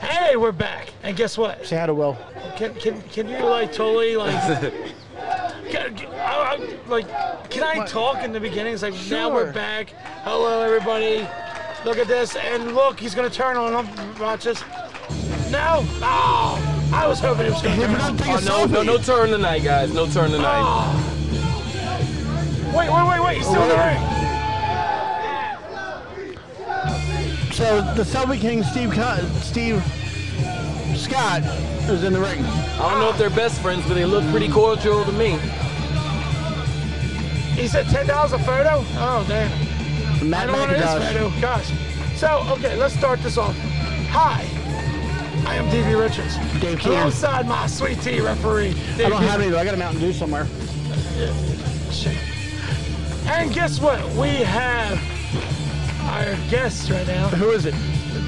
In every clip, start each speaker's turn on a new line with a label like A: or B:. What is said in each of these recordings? A: Hey, we're back. And guess what?
B: Say hi to Will.
A: Can can, can you like totally like can, I, I, like can I talk in the beginning? It's like now we're
B: Sure.
A: back. Hello everybody. Look at this and look, he's gonna turn on him. Watch this. No. Oh, I was hoping it was gonna turn on.
C: Oh, no, no, no turn tonight, guys. No turn tonight.
A: Wait, wait, wait, wait. He's still in the ring.
B: So the Selby King, Steve, Co- Steve Scott, is in the ring.
C: I don't know if they're best friends, but they look pretty cordial to me.
A: He said ten dollars a photo. Oh damn. I
B: Matt
A: don't want to
B: McIntosh.
A: photo. Gosh. So okay, let's start this off. Hi. I am DB Richards.
B: Dave Keane.
A: Alongside my sweet tea referee. Dave
B: I don't
A: Keane.
B: have any, but I got a Mountain Dew somewhere.
A: Shit. And guess what? We have our guest right now.
B: Who is it?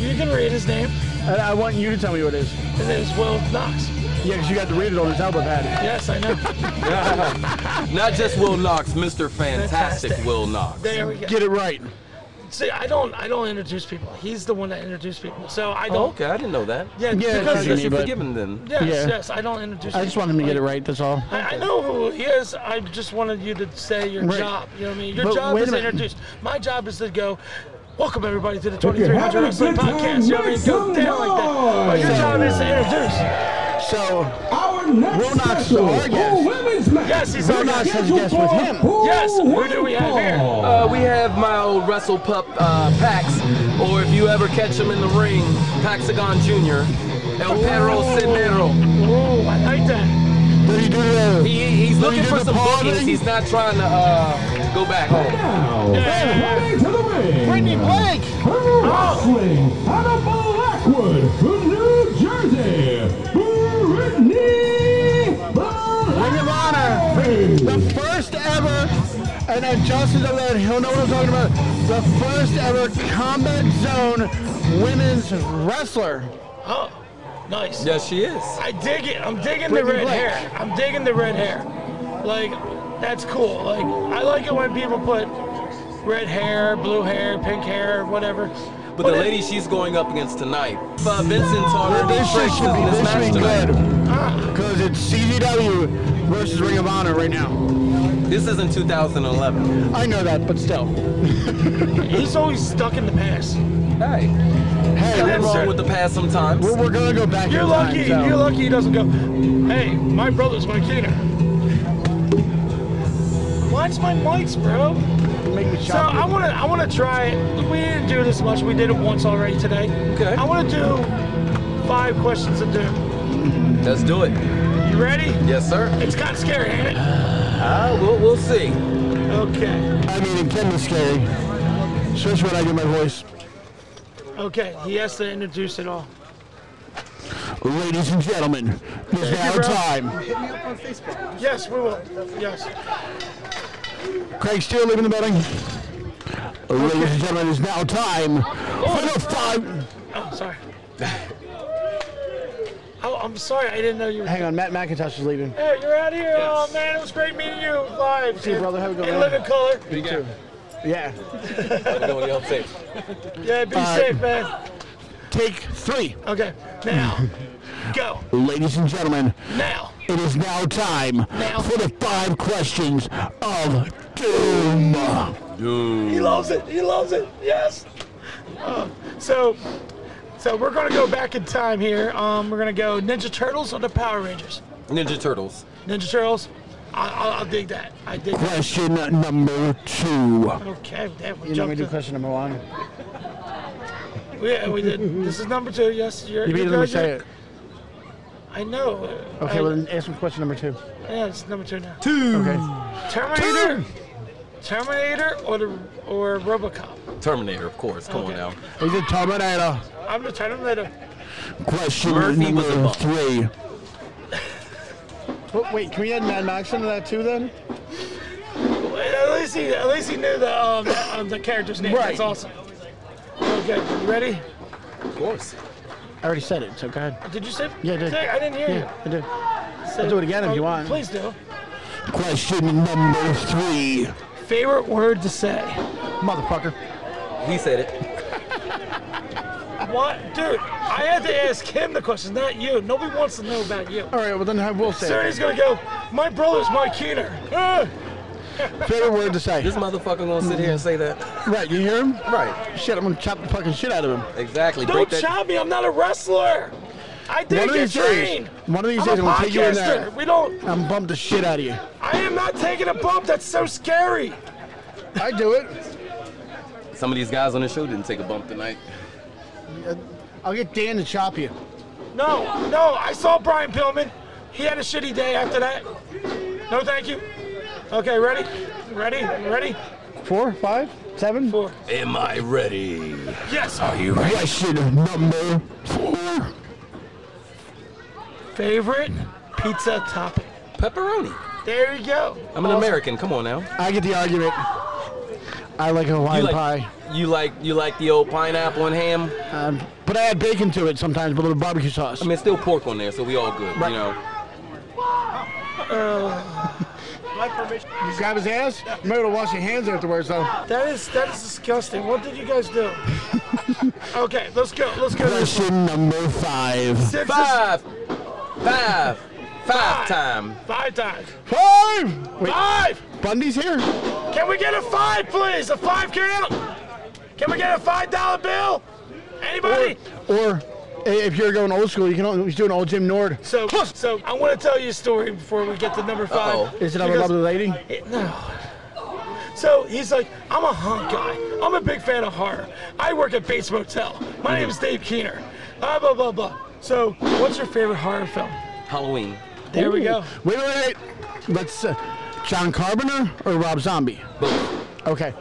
A: You can read his name.
B: I, I want you to tell me who it is.
A: His name is Will Knox.
B: Yeah, because you got to read it on his elbow pad.
A: Yes, I know.
C: Not just Will Knox, Mr. Fantastic,
A: Fantastic.
C: Will Knox.
A: There we go.
B: Get it right.
A: See, I don't, I don't introduce people. He's the one that introduced people. So I
C: Oh,
A: don't.
C: okay, I didn't know that.
A: Yeah,
B: Yeah,
C: I
A: because
B: it's
C: guess
B: me,
C: you're
B: but-
C: forgiven then.
A: yes,
B: Yeah.
A: yes, I don't introduce.
B: I just wanted him to get it right. That's all.
A: I, I know who he is. I just wanted you to say your
B: Right.
A: job. You know what I mean? Your
B: But
A: job
B: wait
A: is
B: a
A: to
B: minute.
A: introduce. My job is to go. Welcome everybody to the
D: you're
A: 2300
D: having a
A: Wrestling
D: good time,
A: Podcast. You know what I mean?
D: make
A: Go
D: some
A: down like that. But your
B: noise.
A: job is to introduce.
B: So
D: Our next
B: Will Knox is
D: special,
B: our guest.
D: all women's match.
A: Yes, he's
B: Will
A: our
B: Knox
A: guest.
B: has guests with him.
A: Yes, who do we have here?
C: Uh, we have my old WrestlePup uh, Pax, or if you ever catch him in the ring, Paxagon Jr. El Perro Cinero.
A: Oh, I like that.
B: what do you do? To,
C: He,
B: Let
C: he's
B: me
C: looking
B: do
C: for
B: the
C: some
B: paw
C: bookings.
B: thing.
C: He's not trying to uh, go back home.
D: Now,
A: Yeah.
D: coming to the ring,
B: Brittany Blake.
D: her wrestling out of Blackwood, from New Jersey, Brittany
B: Ring of Honor.
D: Blake.
B: The first ever, and then Justin's over there, he'll know what I'm talking about. The first ever Combat Zone women's wrestler.
A: Oh, nice.
C: Yes, she is.
A: I dig it. I'm digging the
B: Brittany
A: red
B: Blake.
A: hair. I'm digging the red hair. Like, that's cool. Like, I like it when people put red hair, blue hair, pink hair, whatever.
C: But the
A: it-
C: lady she's going up against tonight, uh, Vincent taught her
B: This
C: these
B: shit
C: tricks
B: should be
C: in this
B: this should
C: match
B: be
C: tonight.
B: good. Because it's CZW versus Ring of Honor right now.
C: This isn't 2011.
B: I know that, but still.
A: He's always stuck in the past.
C: Hey,
B: Hey,
C: nothing
B: we're,
C: wrong with the past sometimes.
B: we're, we're gonna go back.
A: You're
B: in
A: lucky.
B: Time, so.
A: You're lucky he doesn't go, hey, my brother's Marquina. Watch my mics, bro.
B: Make me
A: So I
B: shock.
A: want to I want to try. We didn't do this much. We did it once already today.
C: Okay.
A: I want to do five questions of doom.
C: Let's do it.
A: You ready?
C: Yes, sir.
A: It's kind of scary, ain't it?
C: Uh, we'll, we'll see.
A: Okay.
B: I mean, it can be scary. Especially when I do my voice.
A: Okay. He has to introduce it all.
B: Ladies and gentlemen, it's now
A: bro.
B: time.
A: Yes, we will. Yes.
B: Craig Steele leaving the building. Ladies and gentlemen, it's now time for the five.
A: Oh, sorry. oh, I'm sorry. I didn't know you. were
B: Hang on, Matt McIntosh is leaving.
A: Hey, you're out of here. Oh man, it was great meeting you live.
B: See you, brother. Have a good
A: In
B: one.
A: living color.
B: Yeah.
A: Yeah, be
B: Uh,
A: safe, man.
B: Take three.
A: Okay. Now, go.
B: Ladies and gentlemen,
A: Now.
B: it is now time
A: Now.
B: for the five questions of doom.
A: He loves it. He loves it. Yes. Uh, so, so we're gonna go back in time here. Um, we're gonna go Ninja Turtles or the Power Rangers.
C: Ninja Turtles.
A: Ninja Turtles. I, I'll, I'll dig that. I dig. That.
B: Question number two.
A: Okay, damn, we
B: You know we
A: jumped.
B: do
A: in.
B: question number one.
A: Yeah, we did. This is number two. Yes, you're.
B: You
A: you're
B: beat me
A: good,
B: say
A: you're-
B: it.
A: I know.
B: Okay,
A: I,
B: well then ask me question number two.
A: yeah, it's number two now.
B: Okay.
A: Terminator. Terminator or the or RoboCop.
C: Terminator, of course. Come on now.
B: He's a Terminator.
A: I'm the Terminator.
B: Question
C: Murphy was a
B: number
C: bum.
B: three. But Oh, wait, can we add Mad Max into that too then?
A: At least he at least he knew the um, um the character's name.
B: Right.
A: That's awesome. Okay, you ready?
C: Of course.
B: I already said it, so go ahead.
A: Did you say?
B: Yeah, I did.
A: Say- I didn't hear
B: Yeah, I did.
A: you. Say-
B: do it again if you want.
A: Please do.
B: Question number three.
A: Favorite word to say?
B: Motherfucker.
C: He said it.
A: What, dude? I had to ask him the question, not you. Nobody wants to know about you.
B: All right, well then I will say it.
A: Soon he's gonna go. My brother's my keener. Ah.
B: Favorite word to say.
C: This motherfucker gonna sit here and say that.
B: Right, you hear him?
C: Right.
B: Shit, I'm gonna chop the fucking shit out of him.
C: Exactly.
A: Don't
C: Break that-
A: chop me. I'm not a wrestler. I did
B: One of
A: get
B: these days-
A: trained.
B: one of these
A: I'm a
B: days I'm gonna take you in there.
A: podcaster. We don't.
B: I'm bump the shit out of you.
A: I am not taking a bump. That's so scary.
B: I do it.
C: Some of these guys on the show didn't take a bump tonight.
B: I'll get Dan to chop you.
A: No, no. I saw Brian Pillman. He had a shitty day after that. No, thank you. Okay, ready? Ready? Ready?
B: Four, five, seven.
A: Four.
C: Am I ready?
A: Yes.
C: you ready?
B: Question number four.
A: Favorite pizza topping.
C: Pepperoni.
A: There you go.
C: I'm an American. Come on now.
B: I get the argument. I like Hawaiian pie,
C: You like you like the old pineapple and ham.
B: um, but I add bacon to it sometimes with a little barbecue sauce.
C: I mean, it's still pork on there, so we all good.
B: Right.
C: You know.
A: My permission.
B: You grab his ass. You might want to wash your hands afterwards, though.
A: That is that is disgusting. What did you guys do? okay, let's go. Let's go. to this one.
B: Question number five.
A: Since this-
C: Five, five, five time.
A: Five times.
B: Five. Wait,
A: Five.
B: Bundy's here.
A: Can we get a five, please? A five count. Can we get a five dollar bill? Anybody?
B: Or i- if you're going old school, you can always do an old Jim Nord.
A: So, so I want to tell you a story before we get to number 5
C: Uh-oh.
B: Is it on a
A: Because-
B: lovely lady?
A: It- no. So he's like, I'm a hunk guy. I'm a big fan of horror. I work at Bates Motel. My name is Dave Keener. Uh, Blah blah blah blah. So, what's your favorite horror film?
C: Halloween.
A: There we
B: Ooh.
A: go.
B: Wait, wait, wait. Let's. Uh, John Carpenter or Rob Zombie?
C: But,
B: Okay.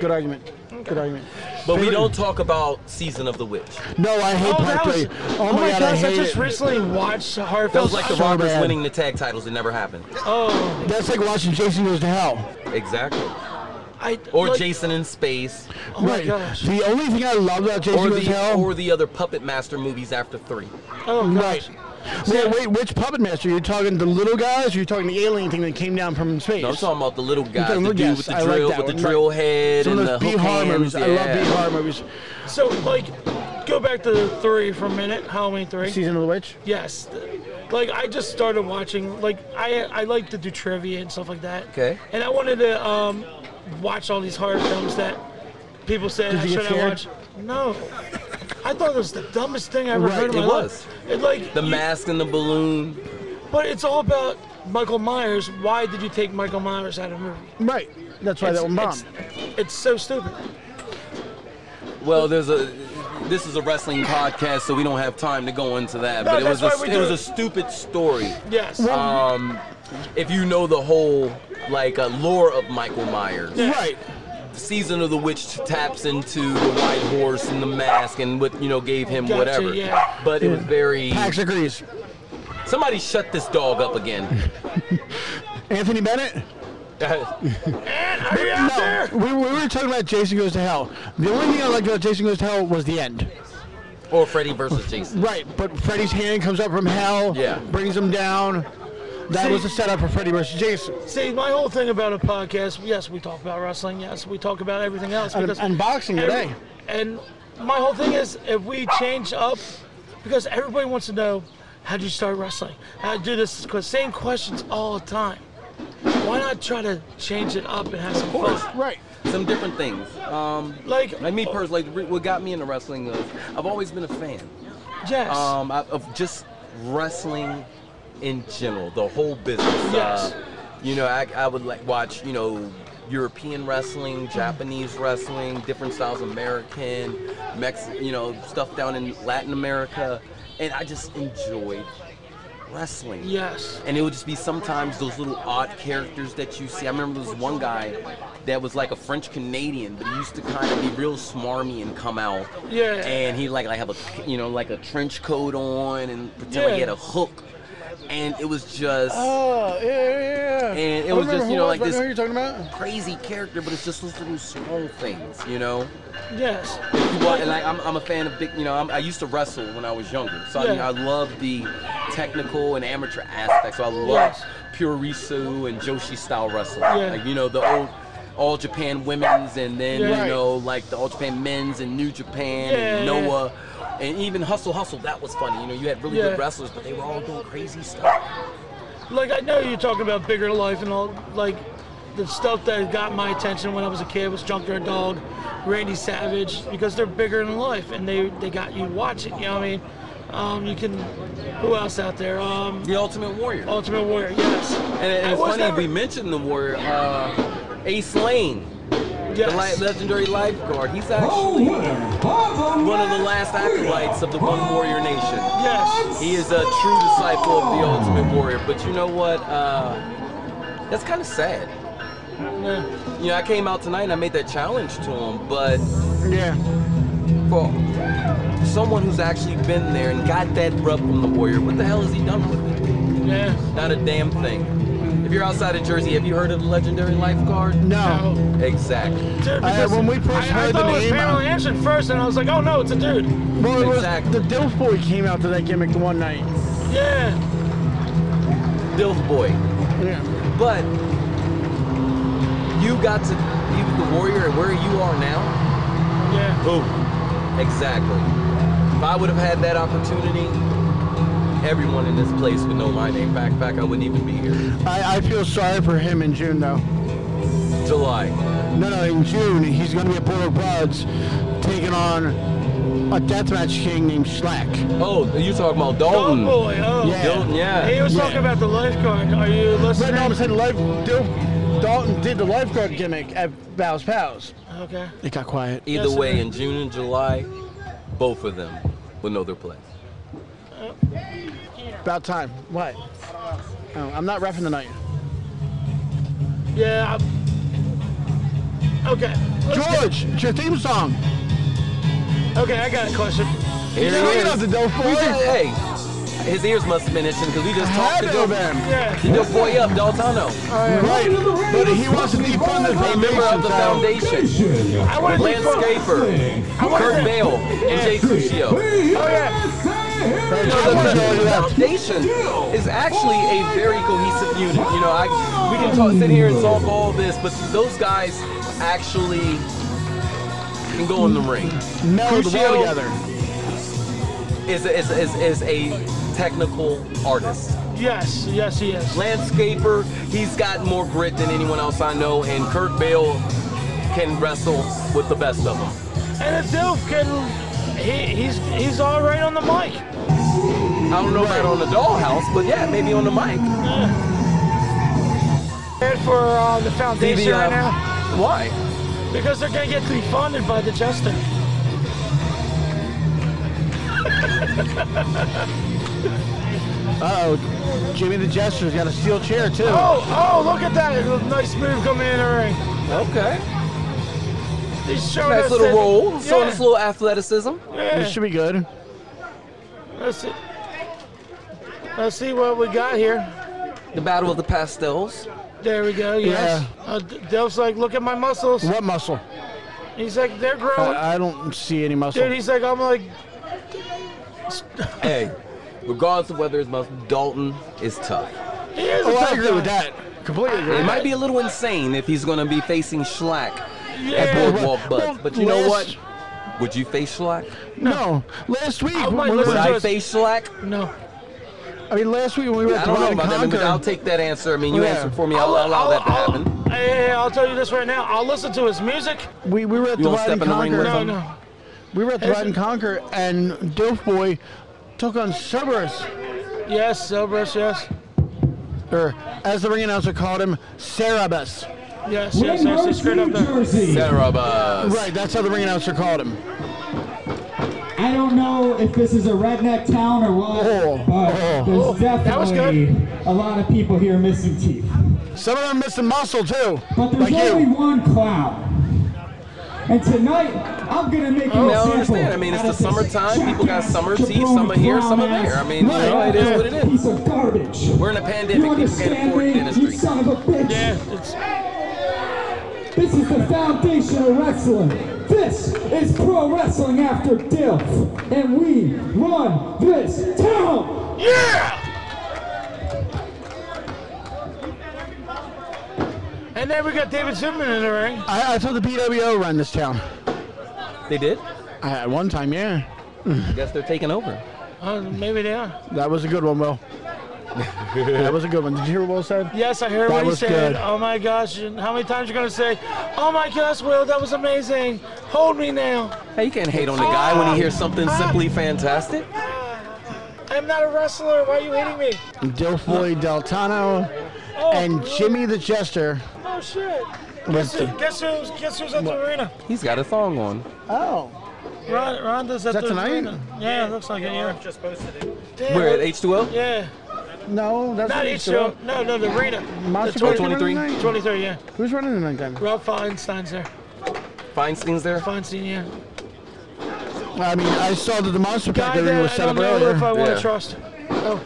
B: Good argument. Good argument.
C: but we don't talk about season of the witch.
B: No, I hate
A: Oh,
B: Part
A: that was,
B: Three. Oh my god, I
A: gosh, I,
B: hate
A: just
B: it.
A: recently watched horror
C: That
A: films.
C: was like the
B: So
C: Robbers
B: bad.
C: winning the tag titles. It never happened.
A: oh,
B: That's like watching Jason Goes to Hell.
C: Exactly.
A: I
C: Or
A: like-
C: Jason in space.
A: Oh my gosh.
B: The only thing I love about Jason
C: Or
B: Goes to
C: the
B: Hell.
C: or the other Puppet Master movies after three.
A: Oh
B: right.
A: gosh.
B: Wait, wait, which puppet master? You're talking the little guys, or you're talking the alien thing that came down from space?
C: No, I'm talking about the little guy,
B: talking
C: the
B: little
C: dude
B: guys.
C: with the
B: I like
C: drill,
B: that
C: with
B: one.
C: the drill head
B: Some of
C: and
B: those
C: the
B: B
C: hook
B: horror
C: hands.
B: movies. I love
C: Yeah.
B: B horror movies.
A: So like, go back to three for a minute. Halloween three.
B: Season of the Witch.
A: Yes. Like I just started watching. Like I I like to do trivia and stuff like that.
C: Okay.
A: And I wanted to um, watch all these horror films that people said
B: Did
A: I
B: you get
A: should not
B: scared?
A: watch. No. I thought it was the dumbest thing I ever
B: Right,
A: heard in
C: it
A: my
C: was.
A: life. It like
C: The
A: you-
C: mask and the balloon.
A: But it's all about Michael Myers. Why did you take Michael Myers out of a movie?
B: Right. That's why that one bombed.
A: it's, it's so stupid.
C: Well, there's a. This is a wrestling podcast, so we don't have time to go into that.
A: No,
C: but it
A: that's
C: was a,
A: why we
C: it
A: do
C: was
A: it.
C: a stupid story.
A: Yes.
C: Um, if you know the whole like uh, lore of Michael Myers,
B: Right.
C: the season of the witch taps into the white horse and the mask and what you know gave him
A: Gotcha,
C: whatever.
A: yeah.
C: But it was very.
B: Pax agrees.
C: Somebody shut this dog up again.
B: Anthony Bennett.
A: and are you out
B: No,
A: there?
B: we, we were talking about Jason Goes to Hell. The only thing I liked about Jason Goes to Hell was the end.
C: or Freddy versus Jason.
B: Right, but Freddy's hand comes up from hell.
C: Yeah.
B: Brings him down. That
A: See-
B: was the setup for Freddy versus Jason.
A: See, my whole thing about a podcast, yes, we talk about wrestling, yes, we talk about everything else.
B: And-
A: because
B: and boxing today.
A: And my whole thing is if we change up, because everybody wants to know, how did you start wrestling? How do this? Because same questions all the time. Why not try to change it up and have some fun?
B: Right.
C: Some different things. Um,
A: Like,
C: like me personally, like, re- what got me into wrestling was I've always been a fan.
A: yes.
C: um, I- of just wrestling in general, the whole business.
A: Yes.
C: Uh, you know, I, I would like watch, you know, European wrestling, Japanese wrestling, different styles, American, Mex, you know, stuff down in Latin America, and I just enjoyed wrestling.
A: yes.
C: And it would just be sometimes those little odd characters that you see. I remember there was one guy that was like a French Canadian, but he used to kind of be real smarmy and come out.
A: Yeah.
C: And he like like have a you know like a trench coat on and pretend like he
A: Yeah.
C: had a hook, and it was just
B: Oh, yeah, yeah, yeah.
C: And it
B: I
C: was
B: remember
C: just,
B: who
C: you know,
B: it
C: like
B: but I
C: this-
B: who you're talking about?
C: crazy character, but it's just those little small things, you know.
A: Yes.
C: You want- and like I'm, I'm a fan of big, you know, I'm, I used to wrestle when I was younger, so I mean,
A: Yeah.
C: I love the technical and amateur aspects. So I love
A: Yes.
C: Purisu and Joshi style wrestling.
A: Yeah.
C: Like, you know, the old All Japan women's and then,
A: Yeah.
C: you know, like the All Japan men's and New Japan
A: Yeah, yeah,
C: and Noah. And even Hustle Hustle, that was funny. You know, you had really
A: Yeah.
C: good wrestlers, but they were all doing crazy stuff.
A: Like I know you're talking about bigger life and all. Like the stuff that got my attention when I was a kid was Junkyard Dog, Randy Savage, because they're bigger in life and they they got you watching. You know what I mean? Um, you can. Who else out there? Um,
C: The Ultimate Warrior.
A: Ultimate Warrior. Yes.
C: And it-
A: I
C: it's
A: was
C: funny
A: never-
C: we mentioned the Warrior, uh, Ace Lane, the li-
A: Yes. Oh,
C: legendary lifeguard. He's
D: The
C: actually
D: winner of the
C: one of the last acolytes of the One Warrior Nation.
A: Yes.
C: He is a true disciple of the Ultimate Warrior, but you know what? Uh, that's kind of sad.
A: Yeah.
C: You know, I came out tonight and I made that challenge to him, but
B: Yeah.
C: for someone who's actually been there and got that rub from the Warrior, what the hell has he done with it?
A: Yeah.
C: Not a damn thing. If you're outside of Jersey, have you heard of the legendary lifeguard?
B: No.
A: Oh.
C: Exactly.
A: Dude,
B: I-
A: because
B: when we first
A: I, I
B: heard
A: thought
B: the
A: it was
B: name, um,
A: Pamela
B: I-
A: Anderson first, and I was like, oh no, it's a dude.
B: Well, it was
C: Exactly.
B: the Dilf Boy came out to that gimmick one night.
A: Yeah.
C: Dilf boy.
B: Yeah.
C: But you got to be with the Warrior and where you are now.
A: Yeah.
C: Boom. Exactly. If I would have had that opportunity, everyone in this place would know my name back. Back, I wouldn't even be here.
B: I, I feel sorry for him in June though.
C: July.
B: No, no, in June he's going to be at Porter Bloods taking on a deathmatch king named Slack.
C: Oh, you talking about
A: Oh
C: Dalton?
A: boy. Oh.
B: Yeah.
C: Dalton, yeah.
A: He was
B: Yeah.
A: talking about the lifeguard. Are you
B: But
A: listening?
B: no, I'm saying life. Dil- Dalton did the lifeguard gimmick at Bow's Pals.
A: Okay.
B: It got quiet.
C: Either
A: Yes,
C: way,
A: sir.
C: in June and July, both of them will know their place.
B: About time. What? Oh, I'm not repping tonight.
A: Yeah. I'm- Okay. Let's get-
B: George, it's your theme song.
A: Okay, I got a question.
C: Here
B: Speaking
C: he
B: of
C: is.
B: the Dilf
C: We
B: Boy,
C: got- hey, his ears must have been itching because we just talked
B: had
C: to Uh,
B: to
C: Dilf.
B: been.
A: Yeah.
C: Dilf boy up, Daltano.
B: Right, but he wants to be part of the
D: A
C: member of the
B: foundation.
C: foundation.
A: I want to do fun.
C: Landscaper. Kurt Bale and Jay Crucio.
A: Oh,
B: so-
C: You know,
B: I
C: the,
B: wanna
C: the-
B: know
C: the
B: that.
C: foundation is actually a very cohesive unit. You know, I, we can talk, sit here and talk all this, but those guys actually can go in the ring.
B: Meld well
C: Crucio
B: together.
C: Is a, is, is, is a technical artist,
A: Yes, yes, he is.
C: landscaper. He's got more grit than anyone else I know, and Kurt Bale can wrestle with the best of them.
A: And if Dilf can, he, he's he's all right on the mic.
C: I don't know about on the dollhouse, but yeah, maybe on the mic.
A: Prepared for uh, the foundation
C: Maybe, uh,
A: right now
C: Why?
A: because they're gonna get defunded by the Justin.
B: Uh-oh, Jimmy the Jester's got a steel chair too.
A: Oh, oh, look at that! Nice move coming in the ring.
C: Okay.
A: He's showing
C: Nice
A: us
C: little
A: that-
C: roll.
A: Yeah,
C: Showing us a little athleticism.
B: This
A: yeah.
B: should be good.
A: Let's see. Let's see what we got here.
C: The Battle of the Pastels.
A: There we go. Yes. Uh, D- Delph's like, look at my muscles.
B: What muscle?
A: He's like, they're
C: Uh,
A: growing.
B: I, I don't see any
A: Dude,
B: muscle.
A: he's like, I'm like,
C: Hey, regardless of whether it's muscle, Dalton is tough.
A: he is a
B: Oh,
A: tough
B: I agree
A: guy.
B: with that. Completely agree.
C: It might be a little insane if he's going to be facing Schlack at
A: Yeah.
C: Boardwalk Buds,
B: well,
C: but you know
B: last-
C: what? Would you face Schlack?
B: No, last week.
A: I might
B: when
A: listen
B: we
C: Would
B: were-
A: to
C: I
A: us.
C: face Schlack?
A: No.
B: I mean, last week when we were
C: I
B: at
C: don't
B: Divide
C: know
B: and
C: about that, but I'll
B: Conquer,
C: take that answer. I mean, you
B: Yeah. Oh,
C: answered for me. I'll, I'll allow that to
A: I'll-
C: happen.
A: Hey, hey, hey, I'll tell you this right now. I'll listen to his music.
B: we, we were at
C: You wanna
B: Divide
C: step
B: and
C: in the ring
B: Conquer.
C: with
A: No,
C: Um,
A: no.
B: We were at
A: Is
B: Divide
A: it-
B: and Conquer, and Dilf Boy took on Cerberus,
A: Yes, Cerberus, yes.
B: or as the ring announcer called him, Cerberus.
A: Yes, yes, yes. He screwed up there.
B: oh.
C: Cerebus.
B: Right, that's how the ring announcer called him.
E: I don't know if this is a redneck town or what,
B: Oh,
E: but
B: oh.
E: there's
A: Oh, that was
E: definitely a lot of people here missing teeth.
B: Some of them missed the muscle too,
E: But there's
B: like
E: only
B: you.
E: one clown. And tonight, I'm gonna make you
C: I
E: a
C: mean, Oh, I
E: sample.
C: understand. I mean, it's
E: out
C: the
E: of this
C: summertime. People got
E: jackass
C: summer teeth.
E: jabroni
C: Some are here, some are
E: clown
C: there.
E: ass
C: I mean, you
B: Right.
C: know, it is what it is.
E: Piece of garbage.
C: We're in a
E: You
C: pandemic. People can't
E: understand
C: afford
E: me, you
C: dentistry.
E: son of a bitch?
A: Yeah, it's,
E: This is the foundation of wrestling. This is pro wrestling after DILF. And we run this town.
A: and then we got David Zimmerman in the ring.
B: I, I thought the PWO ran this town.
C: They did?
B: I, at one time, yeah.
C: I guess they're taking over.
A: Uh, maybe they are.
B: That was a good one, Will. that was a good one. Did you hear what Will said?
A: Yes, I heard
B: That
A: what he
B: was
A: said.
B: good.
A: Oh my gosh, and how many times you gonna say, "Oh my gosh, Will, that was amazing"? Hold me now.
C: Hey, you can't hate on the guy when he hears something simply fantastic.
A: I'm not a wrestler. Why are you hitting me?
B: Dilfoy Deltano
A: Oh,
B: and Jimmy the Jester.
A: Oh shit. Guess,
B: Was
A: who, guess who's guess who's at the arena?
C: He's got a thong on.
B: oh,
A: Ron, Rhonda's at
B: that
A: the
B: tonight?
A: arena. Yeah, it looks like it. Yeah. Just posted it.
C: We're at H2O.
A: Yeah.
B: no, that's
A: Not each show. No, no, the arena.
B: Monster
A: The
B: Party
C: 23.
B: running tonight?
A: 23, yeah.
B: Who's running tonight then?
A: Rob Feinstein's there.
C: Feinstein's there.
A: Feinstein, yeah.
B: I mean, I saw that the Monster Pack
A: Guy
B: arena
A: that
B: was
A: I
B: set
A: don't
B: up
A: know if I
B: earlier.
A: want to
C: Yeah.
A: trust. Oh.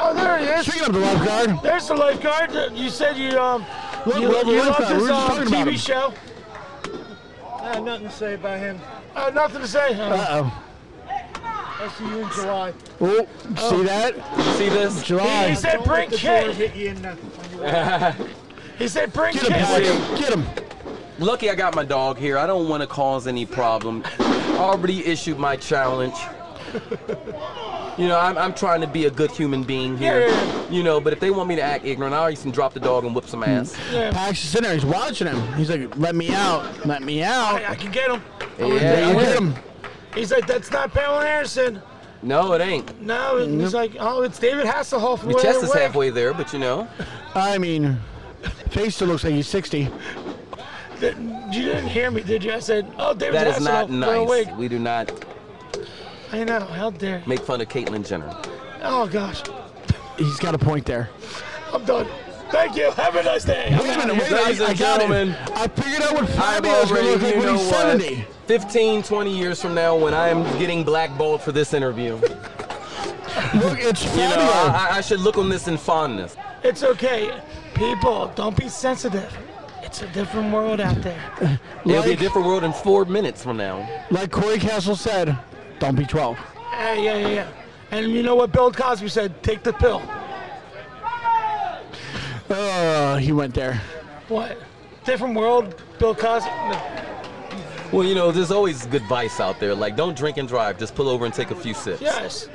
A: Oh, there he is.
B: Speaking of the lifeguard,
A: There's the lifeguard. that You said you um.
B: Look,
A: you
B: Will, the
A: you loved
B: lifeguard. We were
A: his
B: just
A: um,
B: talking about
A: TV
B: him.
A: show.
F: I have nothing to say about him.
A: Uh, nothing to say. huh?
B: uh
F: I'll see you in July.
B: oh, oh, see that?
C: See this?
A: he,
B: July.
A: he said bring
F: I'll
A: Kit.
F: hit you in nothing.
A: He said bring
B: Get him,
A: Kit.
B: Patrick. Get him.
C: Lucky I got my dog here. I don't want to cause any problem. I already issued my challenge. You know, I'm, I'm trying to be a good human being here.
A: Yeah, yeah,
C: You know, but if they want me to act ignorant, I already can drop the dog and whip some ass.
B: Hmm.
A: Yeah.
B: Pax is in there. He's watching him. He's like, let me out. Let me
A: I,
B: out.
A: I can get him.
B: There
C: Yeah,
B: you
C: I
B: get
C: win.
B: him.
A: He's like, that's not Pamela Anderson.
C: No, it ain't.
A: No, and he's like, oh, it's David Hasselhoff. from
C: Your chest is
A: Wake.
C: halfway there, but you know.
B: I mean, face still looks like he's 60.
A: Th- You didn't hear me, did you? I said, oh, David
C: That
A: Hasselhoff.
C: is not
A: from
C: nice.
A: Wake.
C: We do not
A: I know. How dare?
C: make fun of Caitlyn Jenner.
A: Oh gosh,
B: He's got a point there.
A: I'm done. Thank you. Have a nice day.
B: Wait a minute, wait a
C: Ladies
B: minute. I, I
C: and
B: got
C: gentlemen,
B: it. I figured out what
C: I've
B: Fabio's going to
C: already,
B: look like
C: you
B: when
C: know
B: he's
C: what,
B: 70.
C: 15, 20 years from now when I am getting blackballed for this interview. You know,
B: Look, it's Fabio.
C: I, I should look on this in fondness.
A: It's okay. People, don't be sensitive. It's a different world out there.
C: It'll be a
B: Like,
C: different world in four minutes from now.
B: like Corey Castle said, don't be 12.
A: Hey, yeah, yeah, yeah. And you know what Bill Cosby said? Take the pill.
B: Oh, he went there.
A: What? Different world, Bill Cosby? No.
C: Well, you know, there's always good vice out there. Like, don't drink and drive. Just pull over and take a few sips.
A: Yes.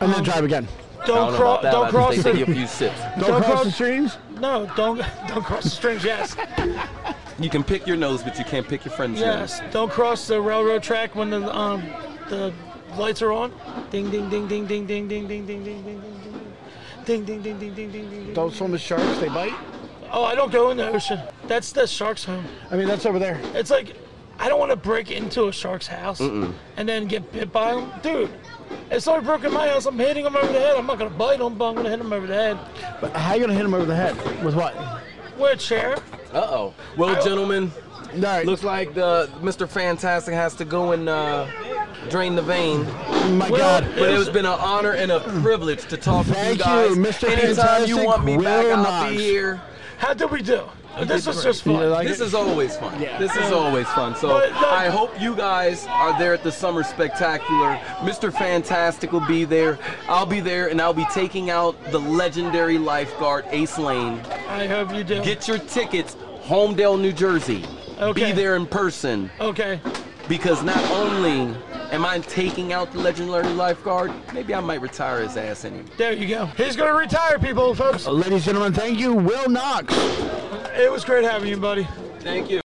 B: And then drive again.
C: I
A: Don't,
C: don't know about
A: cross.
C: that.
A: Don't
C: I just
A: cross
C: think they take a
A: the.
C: few sips.
B: Don't,
A: Don't
B: cross
A: cross-
B: the streams.
A: No, don't don't cross the strings. Yes,
C: You can pick your nose, but you can't pick your friend's nose.
A: yes. Don't cross the railroad track when the um the lights are on. Ding ding ding ding ding ding ding ding ding ding ding ding ding. Ding ding ding ding ding ding ding ding.
B: Don't swim with sharks. They bite.
A: Oh, I don't go in the ocean. That's the shark's home.
B: I mean, that's over there.
A: It's like I don't want to break into a shark's house and then get bit by him, dude. If somebody broke in my house, I'm hitting him over the head. I'm not gonna bite him, but I'm gonna hit him over the head.
B: But how you gonna hit him over the head? With what? All
A: We're a chair.
C: Uh oh. Well, gentlemen,
B: right.
C: looks like the Mr. Fantastic has to go and uh, drain the vein.
B: my
A: well,
B: God.
C: But it has been an honor and a privilege to talk to you
B: Thank
C: guys.
B: you, Mr.
C: Anytime you
B: Fantastic,
C: want me back,
B: Will
C: I'll be
B: Knox.
C: here.
A: How did we do? This was just
B: You
A: fun.
B: like
C: this
B: it?
C: is always fun.
B: Yeah.
C: This is always fun. So
A: But, like-
C: I hope you guys are there at the Summer Spectacular. Mr. Fantastic will be there. I'll be there, and I'll be taking out the legendary lifeguard Ace Lane.
A: I hope you do.
C: Get your tickets, Homedale, New Jersey.
A: Okay.
C: Be there in person
A: okay.
C: because not only am I taking out the legendary lifeguard, maybe I might retire his ass anyway.
A: There you go. He's gonna retire,
B: Uh,
A: people, folks.
B: Ladies and gentlemen, thank you, Will Knox.
A: It was great having you, buddy.
C: Thank you.